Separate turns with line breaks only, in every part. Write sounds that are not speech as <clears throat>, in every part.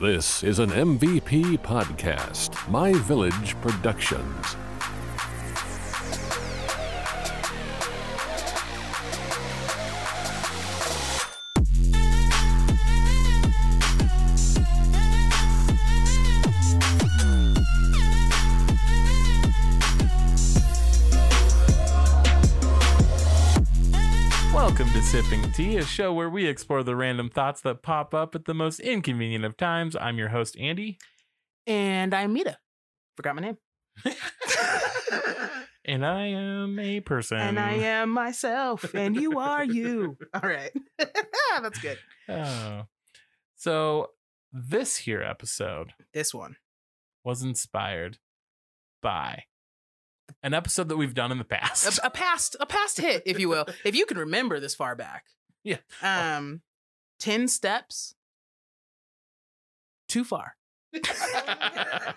This is an MVP podcast, My Village Productions.
Welcome to Sipping Tea, a show where we explore the random thoughts that pop up at the most inconvenient of times. I'm your host, Andy.
And I'm Mita. Forgot my <laughs> name.
And I am a person.
and I am myself, and you are you. Um. <laughs> All right. That's good.
Oh. So, this here episode
This one.
was inspired by an episode that we've done in the past. <laughs>
A, a past a past hit, if you <laughs> will. If you can remember this far back.
Yeah.
Um 10 steps too far. <laughs> I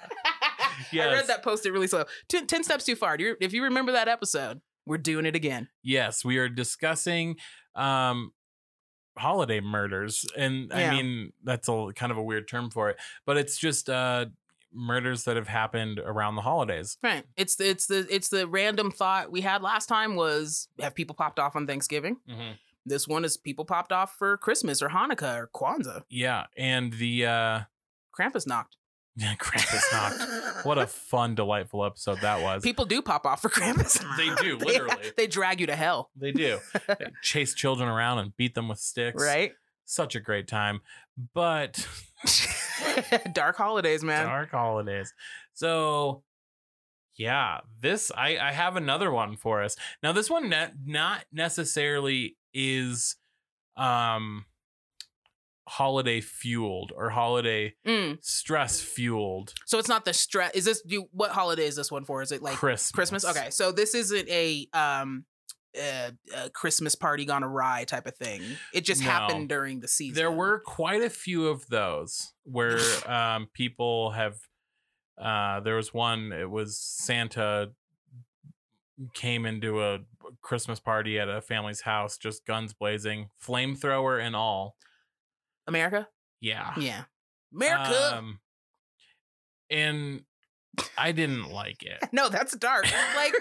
Yes.
read that post it really slow. Ten, 10 steps too far. Do you, if you remember that episode, we're doing it again.
yes, we are discussing um holiday murders and I
Yeah.
mean that's a kind of a weird term for it, but it's just uh murders that have happened around the holidays.
Right. It's the, it's the it's the random thought we had last time was have people popped off on Thanksgiving?
Mm-hmm.
This one is people popped off for Christmas or Hanukkah or Kwanzaa.
Yeah, and the uh <laughs>
Krampus knocked.
Krampus
<laughs>
knocked. What a fun delightful episode that was.
People do pop off for Krampus. <laughs>
They do,
They-
literally.
They, drag you to hell,
they do.
<laughs>
They chase children around and beat them with sticks.
right?
Such a great time. But <laughs>
<laughs> Dark holidays, man.
dark holidays. So yeah, this I I have another one for us. Now this one ne- not necessarily is um holiday fueled or holiday
Mm.
stress fueled
So it's not the stress. Is this do what holiday is this one for? Is it like
Christmas.
Christmas? Okay, so this isn't a um uh, a Christmas party gone awry type of thing. It just
No.
happened during the season.
There were quite a few of those
<laughs>
where um, people have. Uh, there was one. It was Santa came into a Christmas party at a family's house, just guns blazing, flamethrower and all.
America.
Yeah,
Yeah, America.
Um, and I didn't like it.
no,
<laughs>
that's dark. Like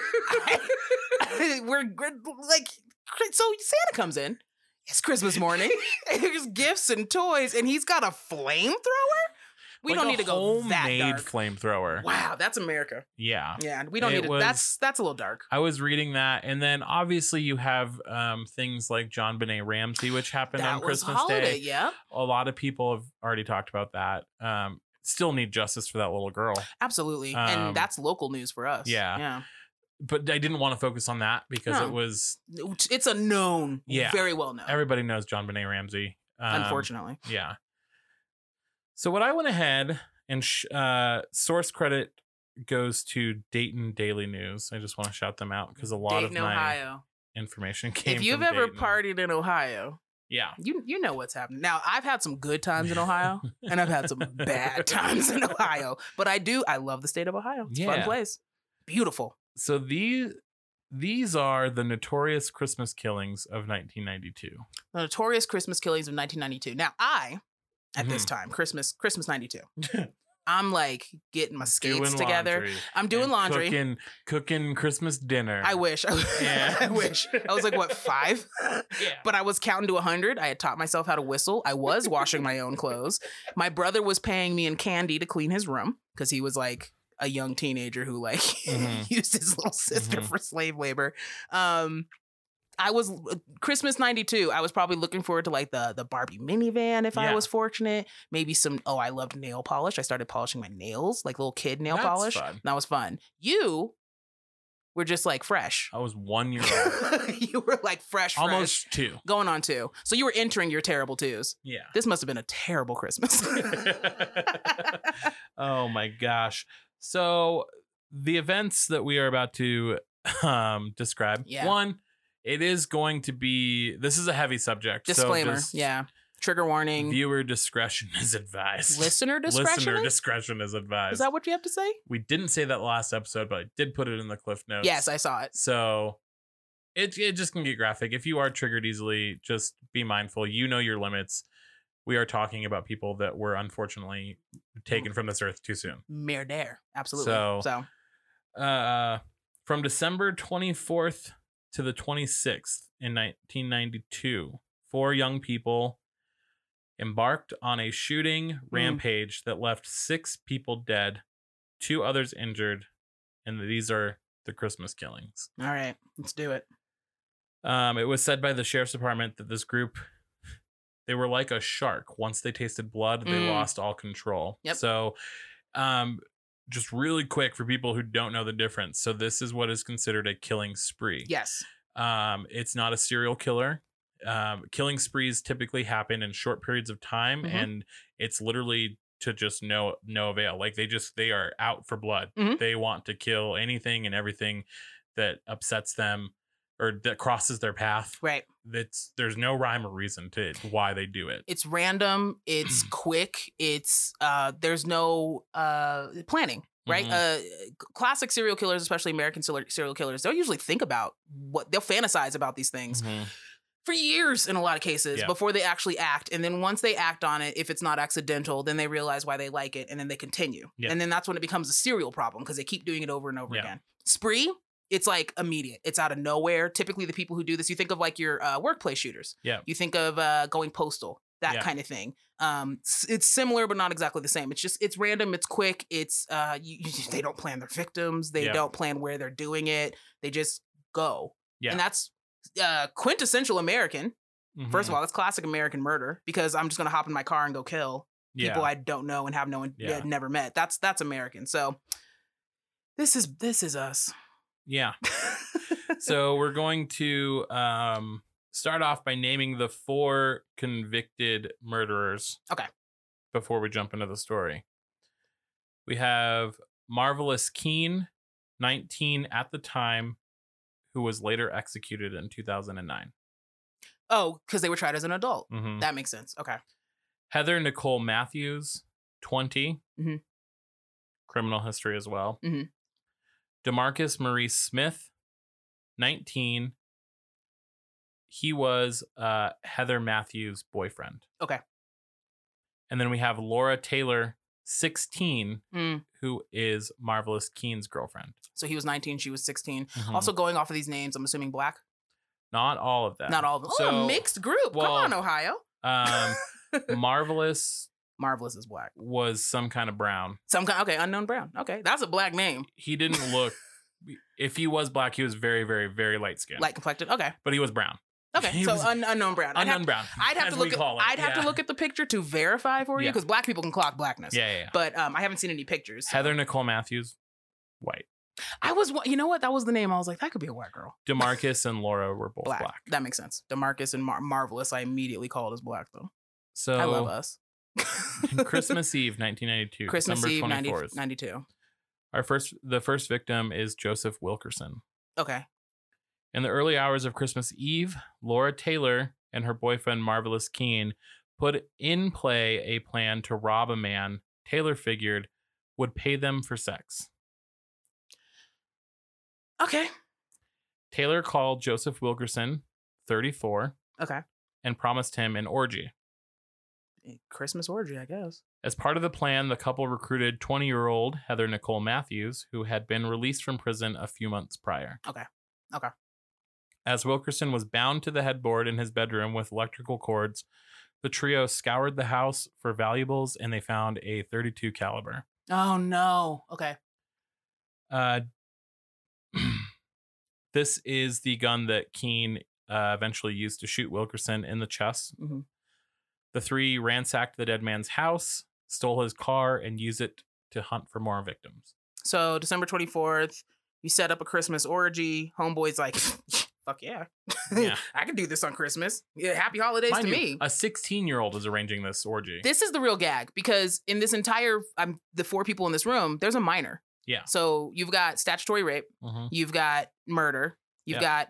<laughs> we're, we're like so Santa comes in. It's
<laughs>
Christmas morning. There's gifts and toys, and he's got a flamethrower. <laughs> We
Like
don't
a
need to go that
homemade
dark.
flamethrower.
wow, that's America.
Yeah.
Yeah, we don't
It
need to.
was-
That's that's a little dark.
I was reading that, and then obviously you have um, things like John Benet Ramsey, which happened on
that was
Christmas Day.
holiday. Yeah,
a lot of people have already talked about that. Um, still need justice for that little girl,
absolutely.
Um,
and that's local news for us.
yeah.
yeah.
but I didn't want to focus on that because
No.
it was
It's a known.
Yeah.
very well known.
everybody knows John Benet Ramsey. Um,
unfortunately,
yeah. So what I went ahead and sh- uh, source credit goes to Dayton Daily News. I just want to shout them out because a lot
Dayton,
of my
Ohio.
information <laughs> came.
If you've
from
ever
Dayton.
partied in Ohio,
yeah,
you you know what's happening. Now I've had some good times in
<laughs>
Ohio, and I've had some bad times in Ohio. But I do I love the state of Ohio. It's a fun
Yeah.
place. Beautiful.
so these these are the notorious Christmas killings of 1992.
The notorious Christmas killings of 1992. Now I, at this
Mm-hmm.
time, Christmas Christmas 92.
<laughs>
I'm like getting my skates
Doing
together.
laundry.
I'm doing
and
laundry.
cooking, cooking Christmas dinner.
I <laughs> wish.
Yeah.
I wish. I was like what
<laughs>
five? <laughs>
Yeah.
But I was counting to 100. I had taught myself how to whistle. I was washing my own clothes. My brother was paying me and Candy to clean his room because he was like a young teenager who like
Mhm.
<laughs> used his little sister
Mhm.
for slave labor. Um I was uh, Christmas 92. I was probably looking forward to like the the Barbie minivan if
Yeah.
I was fortunate. Maybe some oh, I loved nail polish. I started polishing my nails, like little kid nail
That's
polish.
fun.
That was fun. You were just like
<laughs>
fresh. <laughs>
I was one year old,
you were like fresh, fresh.
almost two.
Going on two. So you were entering your terrible twos.
Yeah.
This must have been a terrible Christmas. <laughs>
oh my gosh. So the events that we are about to um, describe.
Yeah.
One, it is going to be. This is a heavy subject. so
Disclaimer.
just
yeah. Trigger warning.
Viewer discretion is advised.
listener
<laughs>
discretion.
Listener discretion is advised.
Is that what you have to say?
we didn't say that last episode, but I did put it in the cliff notes.
Yes, I saw it.
So it it just can get graphic. If you are triggered easily, just be mindful. You know your limits. we are talking about people that were unfortunately taken from this earth too soon.
Mere dare. Absolutely.
So-
So,
Uh, from December 24th to the 26th in 1992, four young people embarked on a shooting rampage that left six people dead, two others injured, and these are the Christmas killings.
all right, let's do it.
Um, it was said by the sheriff's department that this group, they were like a shark. Once they tasted blood, they
Mm.
lost all control.
Yep.
So, um, just really quick for people who don't know the difference. So this is what is considered a killing spree.
Yes.
Um, it's not a serial killer. Um, killing sprees typically happen in short periods of time,
Mhm.
and it's literally to just no no avail. Like they just they are out for blood.
Mhm.
They want to kill anything and everything that upsets them or that crosses their path.
Right.
That's there's no rhyme or reason to why they do it.
It's random. It's <clears throat> quick. It's uh. There's no uh planning. Right.
Mhm.
Uh, c- classic serial killers, especially American serial serial killers, they'll usually think about what they'll fantasize about these things for years in a lot of cases
Yeah.
before they actually act. And then once they act on it, if it's not accidental, then they realize why they like it and then they continue.
Yeah.
And then that's when it becomes a serial problem because they keep doing it over and over
Yeah.
again. Spree, it's like immediate. It's out of nowhere. Typically, the people who do this, you think of like your uh, workplace shooters.
Yeah.
You think of uh, going postal, that
Yeah.
kind of thing. Um, s- it's similar but not exactly the same. It's just it's random. It's quick. It's uh, you, you- <laughs> they don't plan their victims. They
Yeah.
don't plan where they're doing it. They just go.
Yeah.
And that's uh, quintessential American. First
Mm-hmm.
of all, that's classic American murder because I'm just gonna hop in my car and go kill
Mm-hmm.
people I don't know and have no one
Yeah.
yeah, never met. That's that's American. So this is this is us. <laughs>
yeah. so we're going to um, start off by naming the four convicted murderers.
Okay.
Before we jump into the story, we have Marvelous Keen, 19 at the time, who was later executed in 2009.
oh, because they were tried as an adult.
Mhm.
That makes sense. Okay.
Heather Nicole Matthews, 20.
Mhm.
Criminal history as well.
Mhm.
Demarcus Marie Smith, 19. He was uh, Heather Matthews' boyfriend.
Okay.
And then we have Laura Taylor, 16,
Mm.
who is Marvelous Keen's girlfriend.
So he was 19, she was 16.
Hmm.
Also, going off of these names, I'm assuming black.
not all of them.
Not all of them. oh,
So,
a mixed group.
well,
Come on, Ohio.
Um,
<laughs>
Marvelous
Marvelous is black.
was some kind of brown.
Some kind. Okay, unknown brown. Okay, that's a black name.
he didn't look if he was black he was very very very light skinned
Light complected. Okay.
but he was brown
Okay.
He
so
was
un- unknown brown. I'd
unknown
have,
brown
I'd have
as
to
we
look. At,
call it.
I'd have
Yeah.
to look at the picture to verify for you
Yeah.
because black people can clock blackness.
yeah yeah, yeah.
But um, I haven't seen any pictures.
heather nicole matthews white
I was, wa- you know what? That was the name. I was like, that could be a white girl.
demarcus and laura were both black,
Black. That makes sense. Demarcus and Mar- Marvelous, I immediately called as black though.
so
I love us. <laughs>
christmas eve 1992
Christmas Eve,
December
90,
24th
92.
our first the first victim is joseph wilkerson
Okay.
in the early hours of christmas eve laura taylor and her boyfriend marvelous keene put in play a plan to rob a man taylor figured would pay them for sex
Okay.
Taylor called Joseph Wilkerson, 34,
Okay.
and promised him an orgy.
Eh, Christmas orgy, I guess.
As part of the plan, the couple recruited 20 year old Heather Nicole Matthews, who had been released from prison a few months prior.
Okay. Okay.
As Wilkerson was bound to the headboard in his bedroom with electrical cords, the trio scoured the house for valuables and they found a 32 caliber.
Oh no. Okay.
Uh, <clears throat> this is the gun that Keene uh, eventually used to shoot Wilkerson in the chest.
Mhm.
The three ransacked the dead man's house, stole his car, and used it to hunt for more victims.
So December 24th, you set up a Christmas orgy. Homeboy's like, <laughs> fuck yeah. <laughs>
Yeah.
I can do this on Christmas. Yeah, happy holidays
Mind
to
you,
me.
a 16 year old is arranging this orgy.
This is the real gag because in this entire, I'm the four people in this room. There's a minor.
Yeah.
So you've got statutory rape,
Mhm.
you've got murder, you've got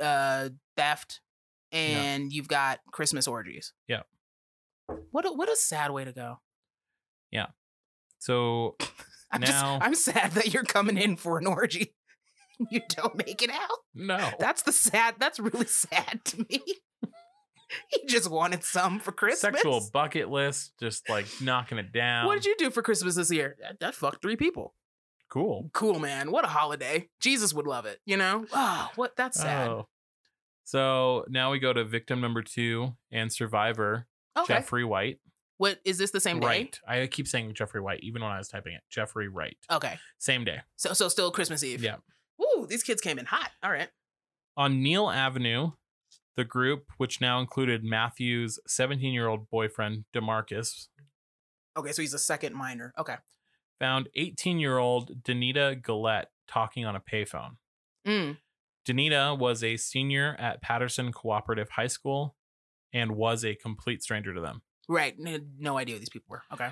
uh theft, and you've got Christmas orgies.
Yeah.
What a, what a sad way to go.
So
I'm just
Now-
I'm sad that you're coming in for an orgy. <laughs> You don't make it out. <laughs>
no,
That's the sad. That's really sad to me. <laughs> he just wanted some for Christmas.
Sexual bucket list, just like knocking it down.
What did you do for Christmas this year? That, that fucked three people.
Cool.
Cool, man. What a holiday. Jesus would love it. You know. Oh, what? That's sad.
Oh. So now we go to victim number two and survivor
okay.
Jeffrey White.
What is this the same day?
Right. I keep saying Jeffrey White, even when I was typing it. Jeffrey Wright.
Okay.
Same day.
So so still Christmas Eve.
Yeah.
Ooh, these kids came in hot. All right.
On Neal Avenue, the group, which now included Matthew's 17 year old boyfriend, Demarcus,
Okay, so he's a second minor. Okay.
found 18 year old Danita Gillette talking on a payphone.
Mm.
Danita was a senior at Patterson Cooperative High School and was a complete stranger to them.
Right. N- No idea who these people were. Okay.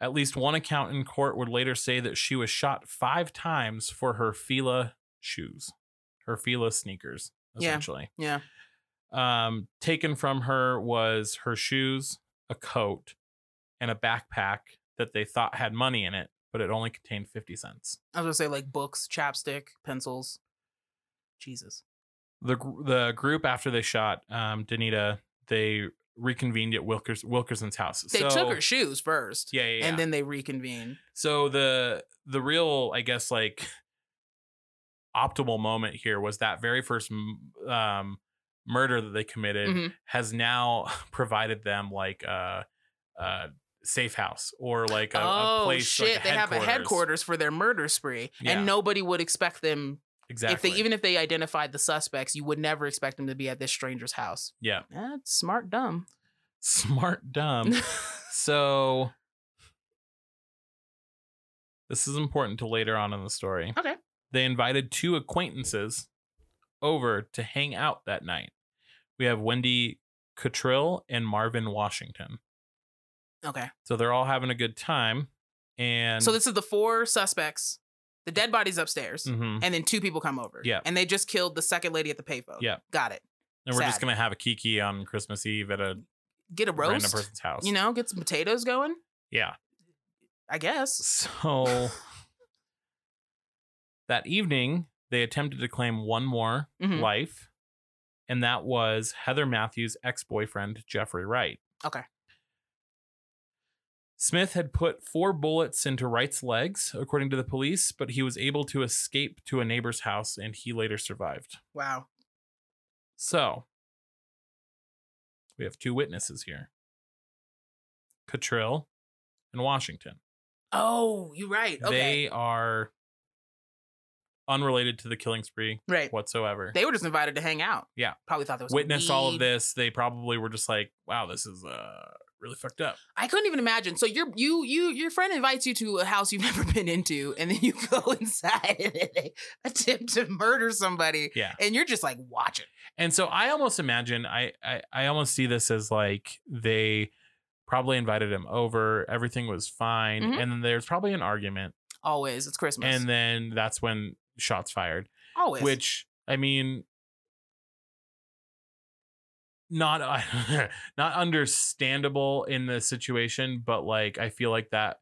At least one account in court would later say that she was shot five times for her Fila shoes, her Fila sneakers,
Yeah.
essentially.
Yeah.
Um, taken from her was her shoes, a coat, and a backpack that they thought had money in it, but it only contained 50 cents.
I was gonna say like books, chapstick, pencils. Jesus.
the gr- the group after they shot um Danita, they reconvened at Wilkers, Wilkerson's house.
They
so,
took her shoes first.
Yeah, yeah, yeah.
And then they reconvened.
so the the real, I guess, like optimal moment here was that very first m- um murder that they committed
Mhm.
has now <laughs> provided them like a, a safe house or like a, a
oh
place
shit!
like
they have a headquarters for their murder spree,
Yeah.
and nobody would expect them
exactly
if they even if they identified the suspects, you would never expect them to be at this stranger's house.
yeah
That's smart, dumb.
smart dumb
<laughs>
So this is important to later on in the story.
Okay.
They invited two acquaintances over to hang out that night. We have Wendy Cottrell and Marvin Washington.
okay,
So they're all having a good time. And
so this is the four suspects, the dead bodies upstairs,
Mhm.
and then two people come over.
Yeah.
and they just killed the second lady at the payphone.
Yeah.
got it.
and we're just
sad.
gonna have a kiki on Christmas Eve at a
Get a
random
roast.
person's house.
You know, get some potatoes going.
Yeah.
<laughs> I guess. <laughs>
So that evening, they attempted to claim one more
Mhm.
life, and that was Heather Matthews' ex boyfriend, Jeffrey Wright.
Okay.
Smith had put four bullets into Wright's legs, according to the police, but he was able to escape to a neighbor's house and he later survived.
Wow.
So we have two witnesses here Cottrell and Washington.
Oh, you're right. Okay,
They are unrelated to the killing spree
right.
whatsoever.
They were just invited to hang out.
Yeah.
probably thought there was
Witness all of
weed.
this. They probably were just like, "Wow, this is uh, really fucked up."
I couldn't even imagine. So your you you your friend invites you to a house you've <laughs> never been into, and then you <laughs> go inside and attempt to murder somebody,
Yeah.
<laughs> and you're just like watching.
And so I almost imagine I I, I almost see this as like they probably invited him over. Everything was fine,
Mhm.
and then there's probably an argument,
Always, it's Christmas.
and then that's when shots fired.
always,
Which I mean. Not uh, <laughs> not understandable in the situation, but like I feel like that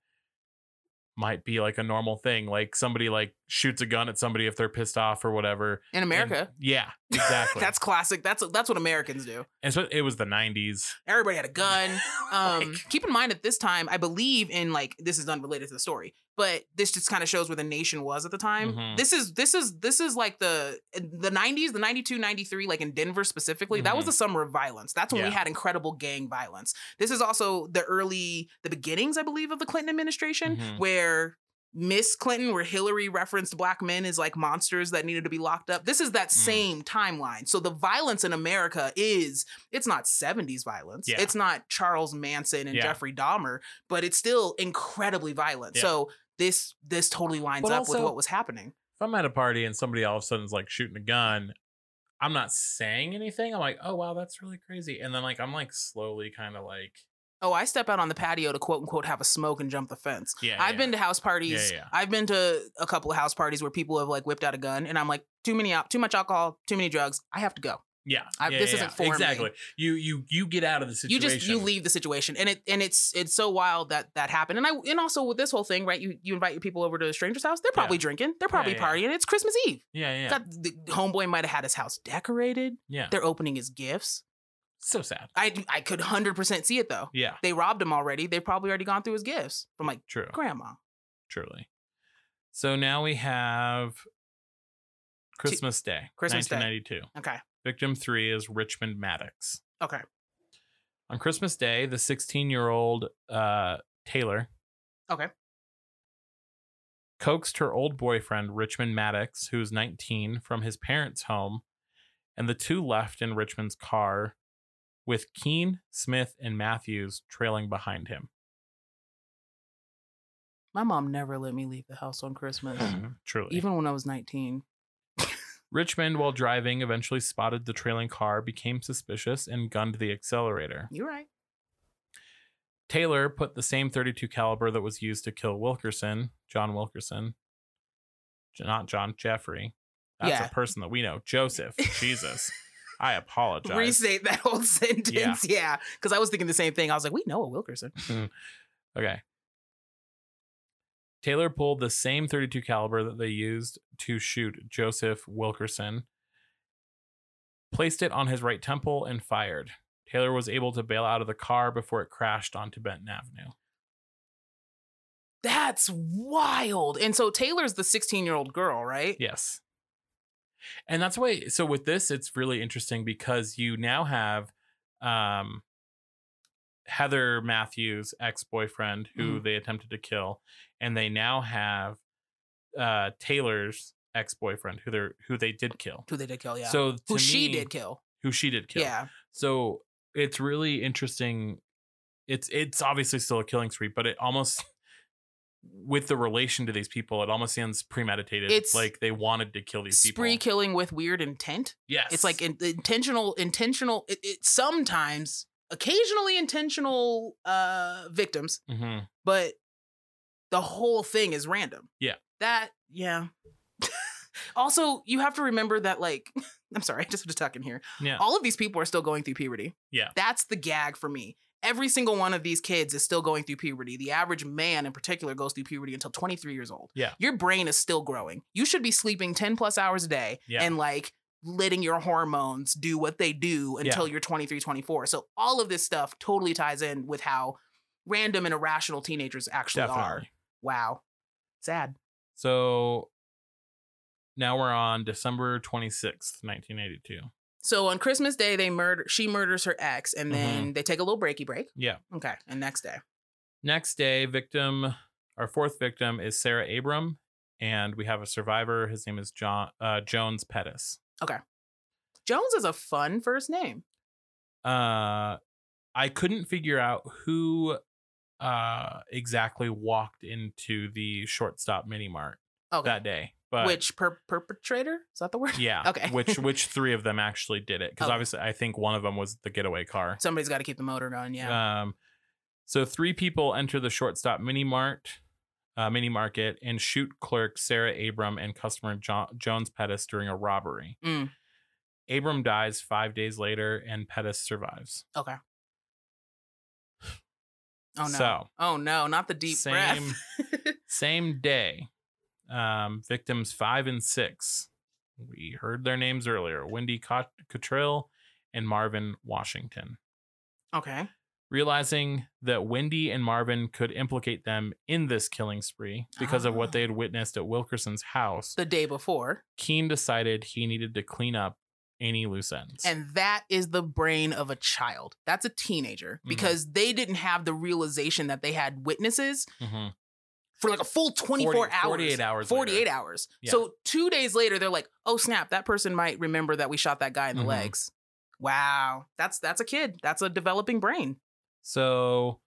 might be like a normal thing. Like somebody like shoots a gun at somebody if they're pissed off or whatever.
in
And-
America, <laughs>
yeah, exactly.
that's classic. That's that's what Americans do.
And so it was the nineties.
Everybody had a <laughs> gun. Um,
Like-
keep in mind at this time, I believe in like this is unrelated to the story, but this just kind of shows where the nation was at the time.
Mhm.
This is this is this is like the the 90s, the 92, 93, like in Denver specifically. That was
Mhm.
the summer of violence. That's when we
Yeah.
had incredible gang violence. This is also the early the beginnings, I believe, of the Clinton administration,
Mhm.
where Miss Clinton, where Hillary referenced black men as like monsters that needed to be locked up. This is that
Mm.
same timeline. So the violence in America is it's not 70s violence.
Yeah.
It's not Charles Manson and
Yeah.
Jeffrey Dahmer, but it's still incredibly violent.
Yeah.
So this this totally lines
But
up with
also-
what was happening.
If I'm at a party and somebody all of a sudden is like shooting a gun, I'm not saying anything. I'm like, oh wow, that's really crazy. And then like I'm like slowly kind of like
Oh, I step out on the patio to quote unquote have a smoke and jump the fence.
yeah.
I've
yeah.
been to house parties.
yeah.
I've been to a couple of house parties where people have like whipped out a gun and I'm like, too many out, too much alcohol, too many drugs. I have to go.
yeah.
I-
yeah,
this
yeah,
isn't
yeah.
for me.
exactly. You you you get out of the situation.
you just you leave the situation and it and it's it's so wild that that happened and i and also with this whole thing right you you invite your people over to a stranger's house they're probably
Yeah.
drinking they're probably
yeah.
partying it's christmas eve
Yeah yeah
Got- the homeboy might have had his house decorated
yeah.
they're opening his gifts
So sad.
I I could hundred percent see it though.
Yeah,
They robbed him already. They've probably already gone through his gifts from like
true.
grandma.
Truly. So now we have Christmas Day,
Christmas Day.
1992.
Okay.
Victim three is Richmond Maddox.
Okay.
On Christmas Day, the 16 year old uh, Taylor.
Okay.
Coaxed her old boyfriend, Richmond Maddox, who was 19, from his parents' home, and the two left in Richmond's car with Keene, Smith, and Matthews trailing behind him.
My mom never let me leave the house
<laughs>
on Christmas,
Truly.
even when I was nineteen.
Richmond, while driving, eventually spotted the trailing car, became suspicious, and gunned the accelerator.
You're right.
Taylor put the same 32 caliber that was used to kill Wilkerson, John Wilkerson, J- not John Jeffrey. That's
Yeah.
a person that we know, Joseph. Jesus. I apologize.
Restate that whole <laughs> sentence. Yeah. Because I was thinking the same thing. I was like, we know a Wilkerson.
Okay. Taylor pulled the same 32 caliber that they used to shoot Joseph Wilkerson, placed it on his right temple, and fired. Taylor was able to bail out of the car before it crashed onto Benton Avenue.
That's wild. And so Taylor's the 16 year old girl, right?
Yes. And that's why so with this it's really interesting because you now have um Heather Matthews' ex-boyfriend who
Mm-hmm.
they attempted to kill and they now have uh Taylor's ex-boyfriend who they are who they did kill.
Who they did kill, yeah.
So to
Who she
me-
did kill.
Who she did kill.
Yeah.
So it's really interesting. It's it's obviously still a killing spree, but it almost with the relation to these people, it almost sounds premeditated.
It's
like they wanted to kill these people.
Spree killing with weird intent.
Yes.
It's like in, intentional, intentional, it, it sometimes, occasionally intentional uh victims,
hmm
but the whole thing is random.
Yeah.
That, yeah. <laughs> also, you have to remember that, like, <laughs> I'm sorry, I just want to talk in here.
Yeah.
all of these people are still going through puberty.
Yeah.
That's the gag for me. Every single one of these kids is still going through puberty. The average man in particular goes through puberty until 23 years old.
Yeah.
Your brain is still growing. You should be sleeping 10 plus hours a day
Yeah.
and like letting your hormones do what they do until you're 23, 24. So all of this stuff totally ties in with how random and irrational teenagers actually are.
Definitely.
Wow. Sad.
So now we're on December 26th, 1982.
So on Christmas Day, they murder she murders her ex and then they take a little breaky break.
Mm-hmm. Yeah.
Okay. And next day.
Next day, victim, our fourth victim is Sarah Abram, and we have a survivor. His name is John uh, Jones Pettis.
Jones is a fun first name.
Uh, I couldn't figure out who uh, exactly walked into the shortstop mini mart
Okay.
that day, but
Which per- perpetrator? Is that the word? <laughs>
yeah,
Okay.
which which three of them actually did it? Because
Okay.
obviously, I think one of them was the getaway car.
Somebody's got to keep the motor going. Yeah.
Um, so three people enter the shortstop mini mart, uh, mini market, and shoot clerk Sarah Abram and customer jo- Jones Pettis during a robbery.
Mm.
Abram dies five days later, and Pettis survives.
okay. Oh no.
So
oh no, not the deep breath.
same day, um, victims five and six. We heard their names earlier: Wendy Cot- Cottrell and Marvin Washington.
<laughs> okay.
realizing that Wendy and Marvin could implicate them in this killing spree because of
Ah.
what they had witnessed at Wilkerson's house,
The day before.
Keene decided he needed to clean up any loose ends.
And that is the brain of a child. That's a teenager
Mhm.
because they didn't have the realization that they had witnesses
Mhm.
for like a full 24
40
hours.
48 hours
48
later.
hours.
Yeah.
So two days later, they're like, oh snap, that person might remember that we shot that guy in the
Mhm.
legs. Wow. That's that's a kid. That's a developing brain.
So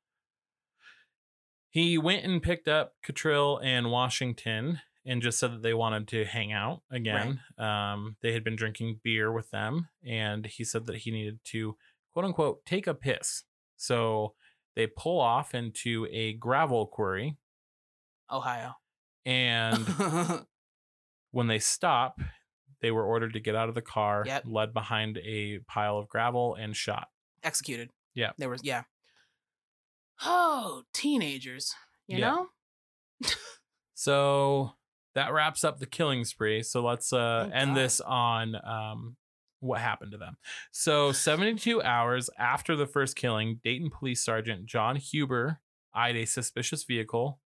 he went and picked up Catrill and Washington and just said that they wanted to hang out again. Um, they had been drinking beer with them, and he said that he needed to, quote unquote, take a piss. So they pull off into a gravel quarry,
Ohio. <laughs>
and when they stop, they were ordered to get out of the car,
Yep.
led behind a pile of gravel, and shot.
executed.
Yeah.
There was yeah. Oh, teenagers, you
Yeah.
know?
So that wraps up the killing spree. So let's uh,
Oh,
end
God.
this on um, what happened to them. So, 72 hours after the first killing, Dayton Police Sergeant John Huber eyed a suspicious vehicle.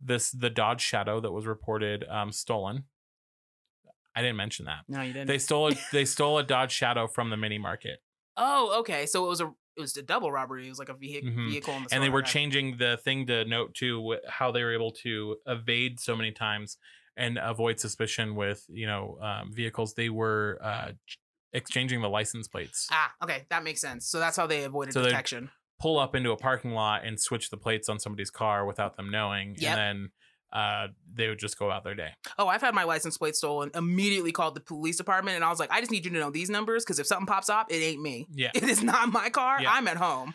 This the Dodge Shadow that was reported um, stolen. I didn't mention that
No, you didn't.
they stole a, they stole a Dodge Shadow from the mini market,
oh, okay. So it was a it was a double robbery. It was like a vehi-
Mhm.
vehicle on the
and they
store,
were
okay.
changing the thing to note too wh- how they were able to evade so many times and avoid suspicion with you know um, vehicles. They were uh, ch- exchanging the license plates,
Ah, okay, that makes sense. So that's how they avoided
So they-
detection.
pull up into a parking lot and switch the plates on somebody's car without them knowing, and
Yep.
then uh, they would just go out their day.
Oh, I've had my license plate stolen. Immediately called the police department, and I was like, I just need you to know these numbers because if something pops up, it ain't me. <laughs>
Yeah,
It is not my car.
Yeah.
I'm at home.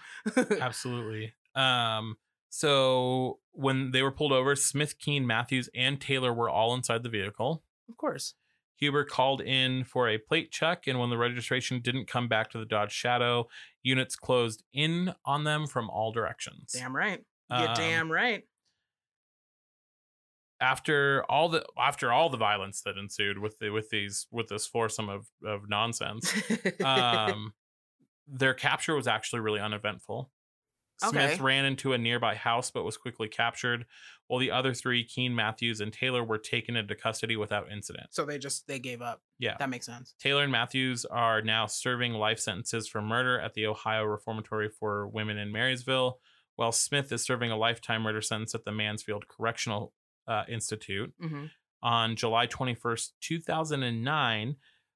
Absolutely. Um, so when they were pulled over, Smith, Keen, Matthews, and Taylor were all inside the vehicle.
Of course.
Huber called in for a plate check, and when the registration didn't come back to the Dodge Shadow, units closed in on them from all directions.
Damn right. You're
Um,
damn right. <laughs>
After all the after all the violence that ensued with the with these with this foursome of of nonsense,
<laughs>
um, their capture was actually really uneventful. Smith
Okay.
ran into a nearby house but was quickly captured, while the other three, Keen, Matthews, and Taylor, were taken into custody without incident.
so they just they gave up.
Yeah.
That makes sense.
Taylor and Matthews are now serving life sentences for murder at the Ohio Reformatory for Women in Marysville, while Smith is serving a lifetime murder sentence at the Mansfield Correctional uh, Institute.
hmm
On July 21st, 2009,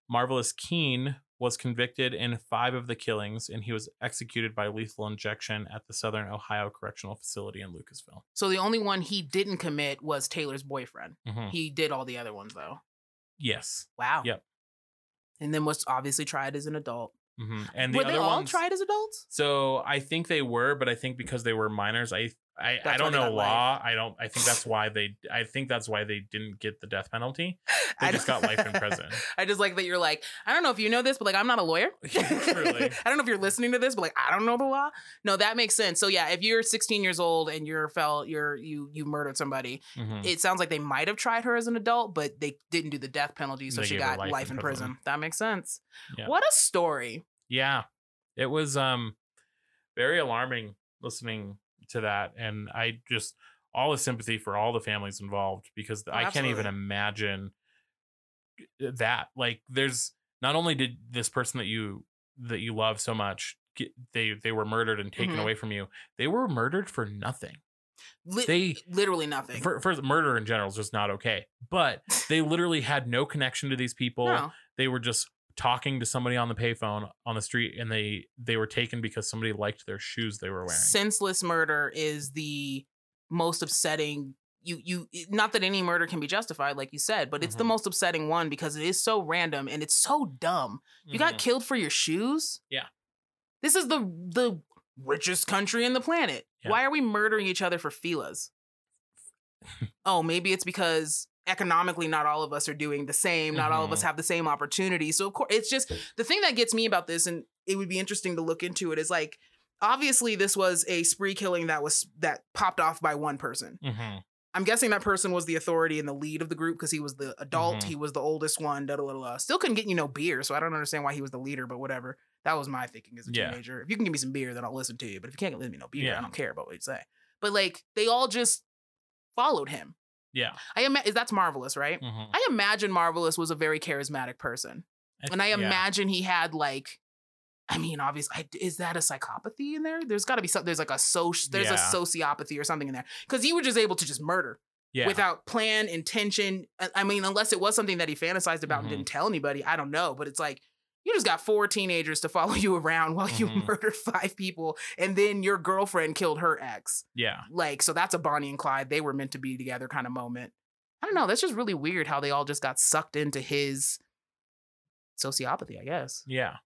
Marvelous Keene was convicted in five of the killings, and he was executed by lethal injection at the Southern Ohio Correctional Facility in Lucasville.
So the only one he didn't commit was Taylor's boyfriend.
Mhm.
He did all the other ones though.
Yes.
Wow.
Yep.
And then was obviously tried as an adult.
hmm And the
were
other
they all
ones-
tried as adults?
So I think they were, but I think because they were minors, I I, I
why
don't
they
know
got
law. I don't. I think that's why they. I think that's why they didn't get the death
<laughs>
penalty. They just
don't-
got
<laughs>
life in prison.
I just like that you're like, I don't know if you know this, but like, I'm not a lawyer.
<laughs> Truly.
<laughs> I don't know if you're listening to this, but like, I don't know the law. No, that makes sense. So yeah, if you're 16 years old and you're fell, you're you you murdered somebody,
Mhm.
it sounds like they might have tried her as an adult, but they didn't do the death penalty, so
They
she
gave her
got life, in prison. That makes sense.
Yeah.
What a story.
Yeah, it was um very alarming listening to that, and I just all the sympathy for all the families involved because I can't even
absolutely.
imagine eh, that. Like, there's not only did this person that you that you love so much. Get, they they were murdered and taken
Mhm.
away from you. They were murdered for nothing.
Li-
They
literally nothing.
for, first murder in general is just not okay. But they literally had no connection to these people.
no.
They were just talking to somebody on the payphone on the street, and they they were taken because somebody liked their shoes they were wearing.
senseless murder is the most upsetting you you not that any murder can be justified like you said but it's the
Mhm.
most upsetting one because it is so random and it's so dumb you got
Mhm.
killed for your shoes
Yeah.
this is the the richest country in the planet
Yeah.
why are we murdering each other
<laughs>
for filas oh maybe it's because economically not all of us are doing the same not all of us
Mhm.
have the same opportunity so of course it's just the thing that gets me about this and it would be interesting to look into it is like obviously this was a spree killing that was that popped off by one person
Mhm.
i'm guessing that person was the authority and the lead of the group because he was the adult
Mhm.
he was the oldest one da, da, da, da. still couldn't get you no beer so i don't understand why he was the leader but whatever that was my thinking as a
Yeah.
teenager if you can give me some beer then i'll listen to you but if you can't give me no beer
Yeah.
i don't care about what you say but like they all just followed him
Yeah.
i am that's marvelous right
Mhm.
i imagine marvelous was a very charismatic person and I
yeah.
imagine he had like, I mean, obviously, I, is that a psychopathy in there? There's got to be something. There's like a social. There's
Yeah.
a sociopathy or something in there because you were just able to just murder
yeah.
without plan, intention. uh, I- I mean, unless it was something that he fantasized about and
Mhm.
didn't tell anybody, I don't know. But it's like you just got four teenagers to follow you around while you
Mhm.
murder <laughs> five people, and then your girlfriend killed her ex.
yeah.
Like, so that's a Bonnie and Clyde. They were meant to be together kind of moment. I don't know. That's just really weird how they all just got sucked into his sociopathy, I guess.
Yeah.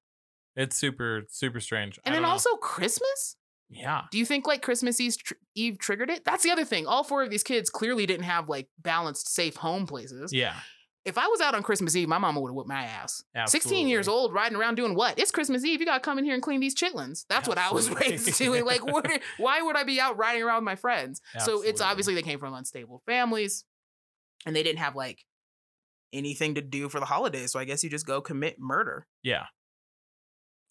It's super super strange. I
And then
don't know.
also Christmas?
yeah.
Do you think like Christmas Eve, tr- Eve triggered it? That's the other thing. All four of these kids clearly didn't have like balanced, safe home places.
Yeah.
If I was out on Christmas Eve, my mama would have whipped my ass. 16 years
absolutely.
old, riding around doing what? It's Christmas Eve. You got to come in here and clean these chitlins. That's what I was
Absolutely.
raised doing. Like, where,
<laughs>
why would I be out riding around with my friends? So it's
Absolutely.
obviously they came from unstable families and they didn't have like anything to do for the holidays. So I guess you just go commit murder.
Yeah.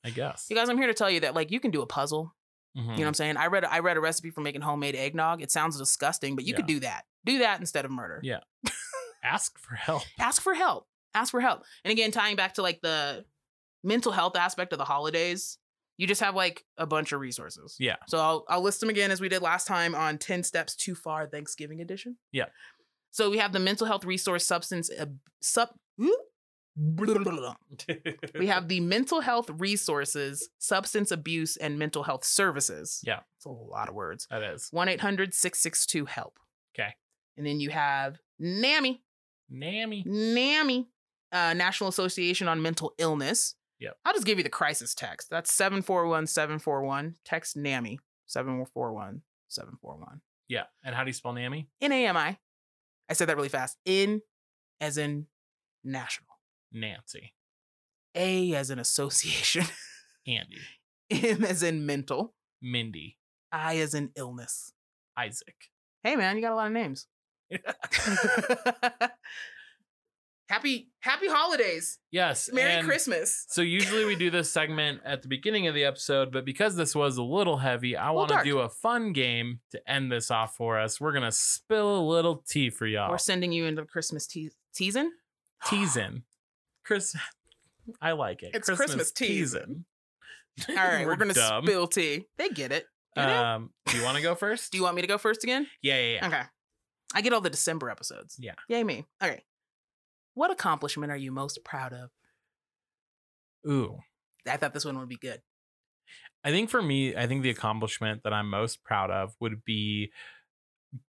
I guess.
You guys, I'm here to tell you that like you can do a puzzle.
Mhm.
You know what I'm saying? I read I read a recipe for making homemade eggnog. It sounds disgusting, but you could do that. Do that instead of murder.
Yeah. Ask for help. <laughs>
Ask for help. Ask for help. And again, tying back to like the mental health aspect of the holidays, you just have like a bunch of resources.
Yeah.
So I'll, I'll list them again as we did last time on 10 Steps Too Far Thanksgiving Edition.
Yeah.
So we have the mental health resource substance uh,
<laughs>
sub. We have the mental health resources, substance abuse, and mental health services.
Yeah.
It's a lot of words.
that is
1 800 662 HELP.
Okay.
And then you have NAMI.
Nammy.
NAMI, uh, National Association on Mental Illness.
Yep.
I'll just give you the crisis text. That's 741 741. Text NAMI 741 741.
Yeah. And how do you spell Nammy?
N A M I. I said that really fast. N as in national,
Nancy.
A as in association, <laughs>
Andy.
M as in mental,
Mindy.
I as in illness.
Isaac.
Hey, man, you got a lot
<laughs>
of names. happy happy holidays
Yes.
merry
and-
christmas
So usually we do this segment at the beginning of the episode, but because this was a little heavy, I want to
dark.
do a fun game to end this off for us. We're gonna spill a little tea for y'all.
we're sending you into christmas tea- teasing
<gasps> teasing. Chris, <laughs> I like it.
It's Christmas teasing.
teasing.
<laughs> All right, we're, gonna
dumb.
spill tea. They get it. Get it?
Um, do you want to go first?
Do you want me to go first again?
yeah, yeah, yeah.
Okay. I get all the December episodes.
Yeah.
Yay me. Okay. What accomplishment are you most proud of?
Ooh,
I thought this one would be good.
I think for me, I think the accomplishment that I'm most proud of would be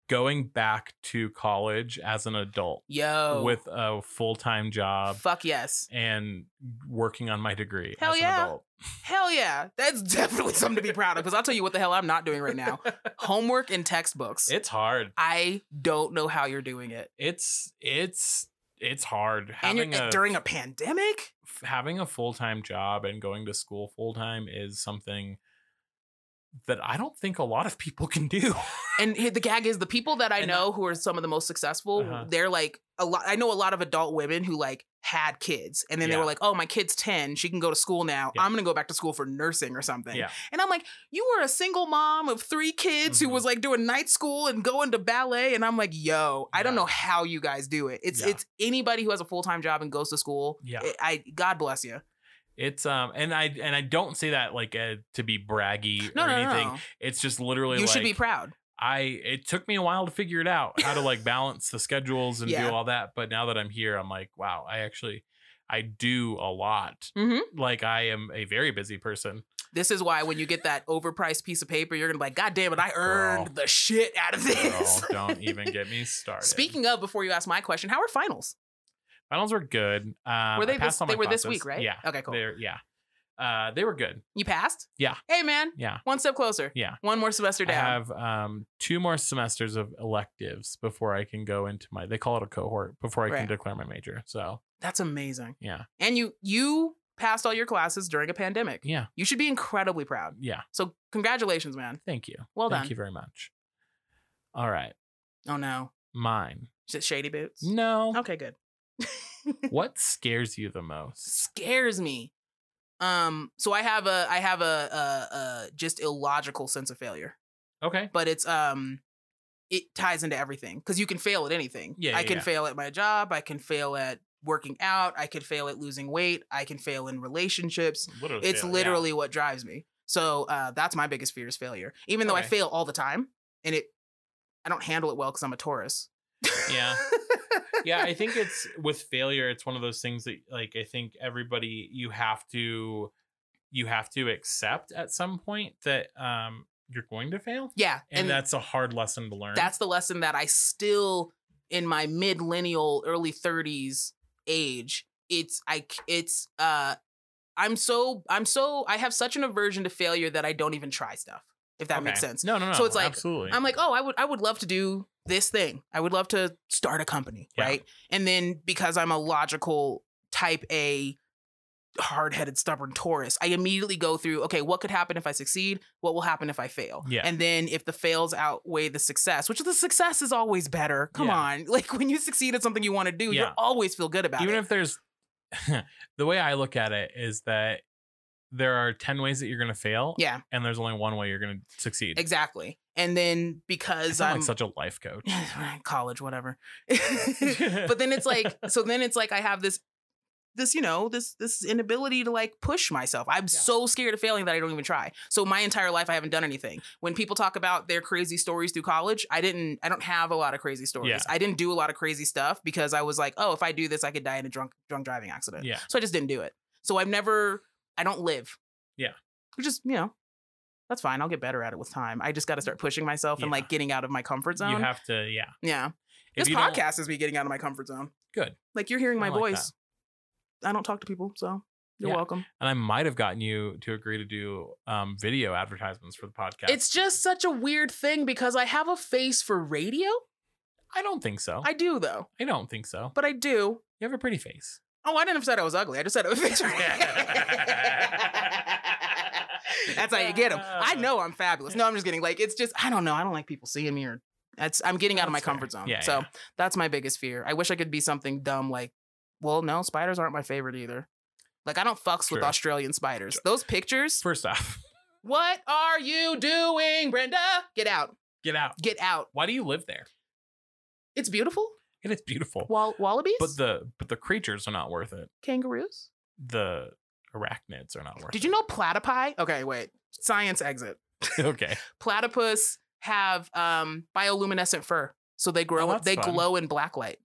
going back to college as an adult
Yo.
with uh, a full time job
fuck yes.
and working on my degree
Hell
as
yeah.
an adult.
Hell yeah. That's <laughs> definitely something to be proud of. Because I'll tell you what the hell I'm not doing
<laughs>
right <laughs> now. Homework and textbooks.
It's hard.
I don't know how you're doing it.
It's it's it's hard
and
having
you're
a
during a pandemic?
f- having a full time job and going to school full time is something that I don't think a lot of people <laughs> can do.
And he- the gag is the people that I
And
know who are some of the most successful,
Uh-huh.
they're like a lot I know a lot of adult women who like had kids and then they
Yeah.
were like, "Oh, my kid's 10, she can go to school now.
Yeah.
I'm going to go back to school for nursing or something."
Yeah.
And I'm like, "You were a single mom of 3 kids
Mhm.
who was like doing night school and going to ballet." And I'm like, "Yo, I don't
Yeah.
know how you guys do it. It's
Yeah.
it's anybody who has a full-time job and goes to school.
Yeah.
I, I God bless you.
It's um and I and I don't say that like uh, to be braggy
No,
or
no, no,
anything.
no.
It's just literally
You
like
should be proud.
I it took me a while to figure it out how to like balance the schedules and
Yeah.
do all that, but now that I'm here I'm like, wow, I actually I do a lot.
Mhm.
Like I am a very busy
<laughs>
person.
This is why when you get that overpriced piece of paper, you're gonna be like, God damn it, I earned
Girl.
the shit out of
Girl,
this.
don't even get me started.
<laughs> Speaking of, before you ask my question, how are finals?
finals were good. Um,
Were they
I passed
this-
all my
they were this
classes.
week, right?
Yeah.
Okay, cool.
They're, yeah. Uh, they were good.
You passed?
Yeah.
Hey man,
Yeah.
one step closer.
Yeah.
One more semester
I
down.
have um, two more semesters of electives before I can go into my. They call it a cohort before I
Right.
can declare my major. So
That's amazing.
yeah,
And you you passed all your classes during a pandemic.
yeah,
You should be incredibly proud.
yeah.
So congratulations, man.
Thank you.
Well
Thank
done.
you very much. All right,
Oh no.
mine.
Is it shady boots?
No.
Okay, good.
What scares you the most?
Scares me. Um, so I have a I have a, a, a just illogical sense of failure.
Okay.
but it's um it ties into everything because you can fail at anything
Yeah,
i
yeah,
can
yeah.
fail at my job i can fail at working out i could fail at losing weight i can fail in relationships
Literally <laughs>
it's literally what drives me so uh, that's my biggest fear is failure even though i
Okay.
fail all the time and it i don't handle it well because i'm a taurus
Yeah. yeah i think it's with failure it's one of those things that like i think everybody you have to you have to accept at some point that um you're going to fail
<laughs> yeah
and, that's a hard lesson to learn
that's the lesson that I still in my millennial early 30s age it's I c- it's uh I'm so I'm so I have such an aversion to failure that I don't even try stuff if that makes
Okay.
sense.
no no no
So it's like,
absolutely
I'm like, "Oh, I would I would love to do this thing. I would love to start a company,
Yeah.
right?" And then because I'm a logical type A hard-headed stubborn taurus i immediately go through okay what could happen if i succeed what will happen if i fail
Yeah.
and then if the fails outweigh the success which the success is always better come
Yeah.
on <laughs> like when you succeed at something you want to do you
Yeah.
always feel good about
even
it
if there's <laughs> the way I look at it is that there are 10 ways that you're going to fail
yeah
and there's only one way you're going to succeed.
exactly and then
I
because
sound
i'm
like such a life coach.
<laughs>
<laughs>
college whatever <laughs> but then it's like so then it's like i have this this you know this this inability to like push myself i'm so scared of failing that i don't even try so my entire life i haven't done anything when people talk about their crazy stories through college i didn't i don't have a lot of crazy stories
Yeah.
i didn't do a lot of crazy stuff because i was like oh if i do this i could die in a drunk drunk driving accident
Yeah.
so i just didn't do it so i've never i don't live
Yeah.
which is you know that's fine i'll get better at it with time i just got to start pushing myself and
Yeah.
like getting out of my comfort zone
you have to, yeah.
yeah
If
this
you don't-
podcast is me getting out of my comfort zone.
Good.
Like you're hearing
I
my
like
voice. I don't talk to people, so you're
Yeah.
welcome.
And I might have gotten you to agree to do um, video advertisements for the podcast.
It's just such a weird thing because I have a face for radio.
I don't think so. I,
I do though,
don't think so.
but I do.
You have a pretty
<laughs>
face.
Oh, I didn't say I was ugly. I just said it was face
<laughs>
for <laughs> That's how you get them. I
Ah.
know I'm fabulous. No, I'm just kidding. Like it's just I don't know. I don't like people seeing me or that's I'm getting out of my
That's fair.
comfort zone.
Yeah,
so
yeah.
that's my biggest fear. I wish I could be something dumb like, well, no, spiders aren't my favorite either. Like I don't fucks with
True.
Australian spiders. Those pictures.
<laughs> First off, <laughs>
What are you doing, Brenda? Get out.
get out.
Get out.
Why do you live there?
It's beautiful.
It is beautiful.
Wall- wallabies,
But the but the creatures are not worth it.
kangaroos.
The arachnids are not worth
Did you know platypi? Okay, wait. Science exit.
it. <laughs> Okay.
Platypus have um, bioluminescent fur, so they grow.
Oh, that's
they
fun.
glow in black light.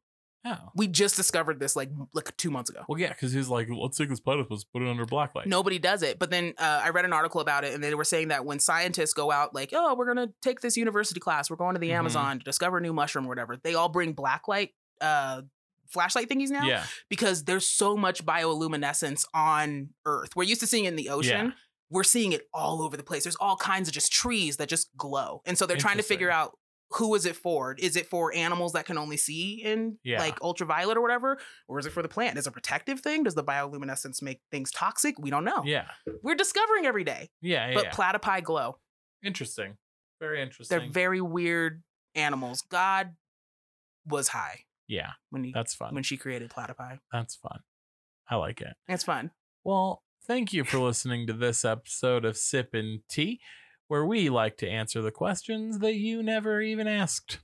Oh.
We just discovered this like like two months ago.
Well, yeah, because he's like, let's take this platypus, put it under blacklight.
Nobody does it. But then uh, I read an article about it, and they were saying that when scientists go out, like, oh, we're gonna take this university class, we're going to the
Mhm.
Amazon to discover a new mushroom or whatever, they all bring black light, uh, flashlight thingies now.
Yeah.
because there's so much bioluminescence on Earth. We're used to seeing it in the ocean.
Yeah.
We're seeing it all over the place. There's all kinds of just trees that just glow. And so they're trying to figure out who is it for? Is it for animals that can only see in
Yeah.
like ultraviolet or whatever? Or is it for the plant? Is it a protective thing? Does the bioluminescence make things toxic? We don't know.
Yeah.
We're discovering every day.
Yeah. Yeah.
But
yeah.
platypi glow.
interesting. Very
They're
interesting.
very weird animals. God was high
yeah.
<laughs> when he
That's fun.
when she created platypi.
That's fun. I like it.
It's fun.
Well, thank you for listening to this episode of Sip and Tea, where we like to answer the questions that you never even asked.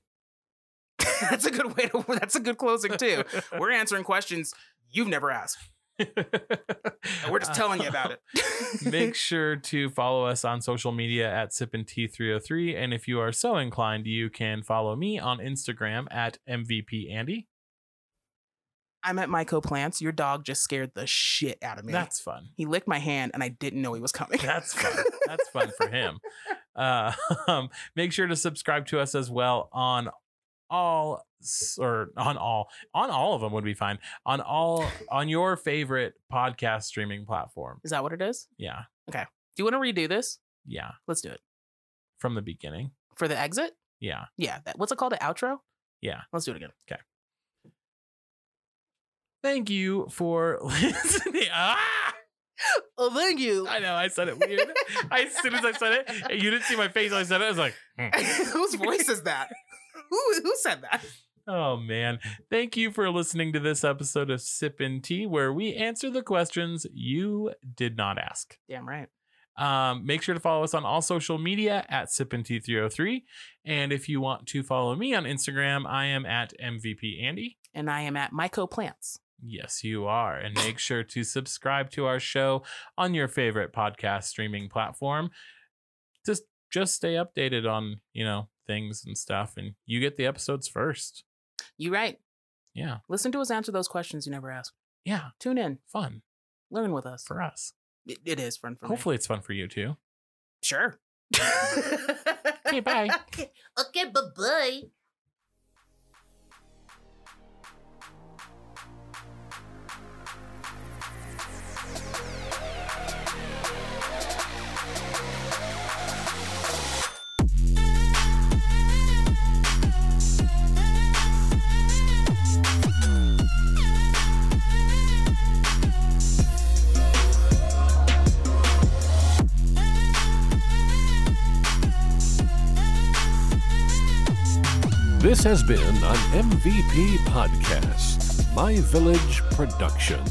<laughs> that's a good way to <laughs> that's a good closing
<laughs>
too <laughs> we're answering questions you've never asked and we're just telling you about it
Uh, <laughs>
<laughs>
Make sure to follow us on social media at Sip and Tea 303. And if you are so inclined, you can follow me on Instagram at MVP Andy.
i'm at myco plants your dog just scared the shit out of me
That's fun.
he licked my hand and i didn't know he was coming <laughs>
That's fun. That's fun for him. Uh, <laughs> um, make sure to subscribe to us as well on all s- or on all on all of them would be fine on all on your favorite podcast streaming platform.
is that what it is
Yeah,
do you want to redo this
yeah.
let's do it
From the beginning.
for the exit
Yeah.
yeah that- what's it called an outro
Yeah.
let's do it again
Thank you for <laughs> listening. Ah,
oh thank you
I know I said it weird. I, as soon as I said it, you didn't see my face. when I said it. I was like, hmm.
<laughs> whose voice is that <laughs> who, who said that
Oh man. Thank you for listening to this episode of Sip and Tea where we answer the questions you did not ask.
damn right
Um, make sure to follow us on all social media at Sip and Tea 303. And if you want to follow me on Instagram, I am at MVP Andy.
and i am at myco plants
Yes, you are. And make sure to subscribe to our show on your favorite podcast streaming platform. Just just stay updated on, you know, things and stuff and you get the episodes first.
you right
Yeah.
listen to us answer those questions you never asked
Yeah.
tune in
Fun
learn with us
for us.
It, it is fun for me.
Hopefully, it's fun for you too.
Sure.
<laughs> Okay, bye.
Okay, bye bye.
This has been an MVP podcast, My Village Production.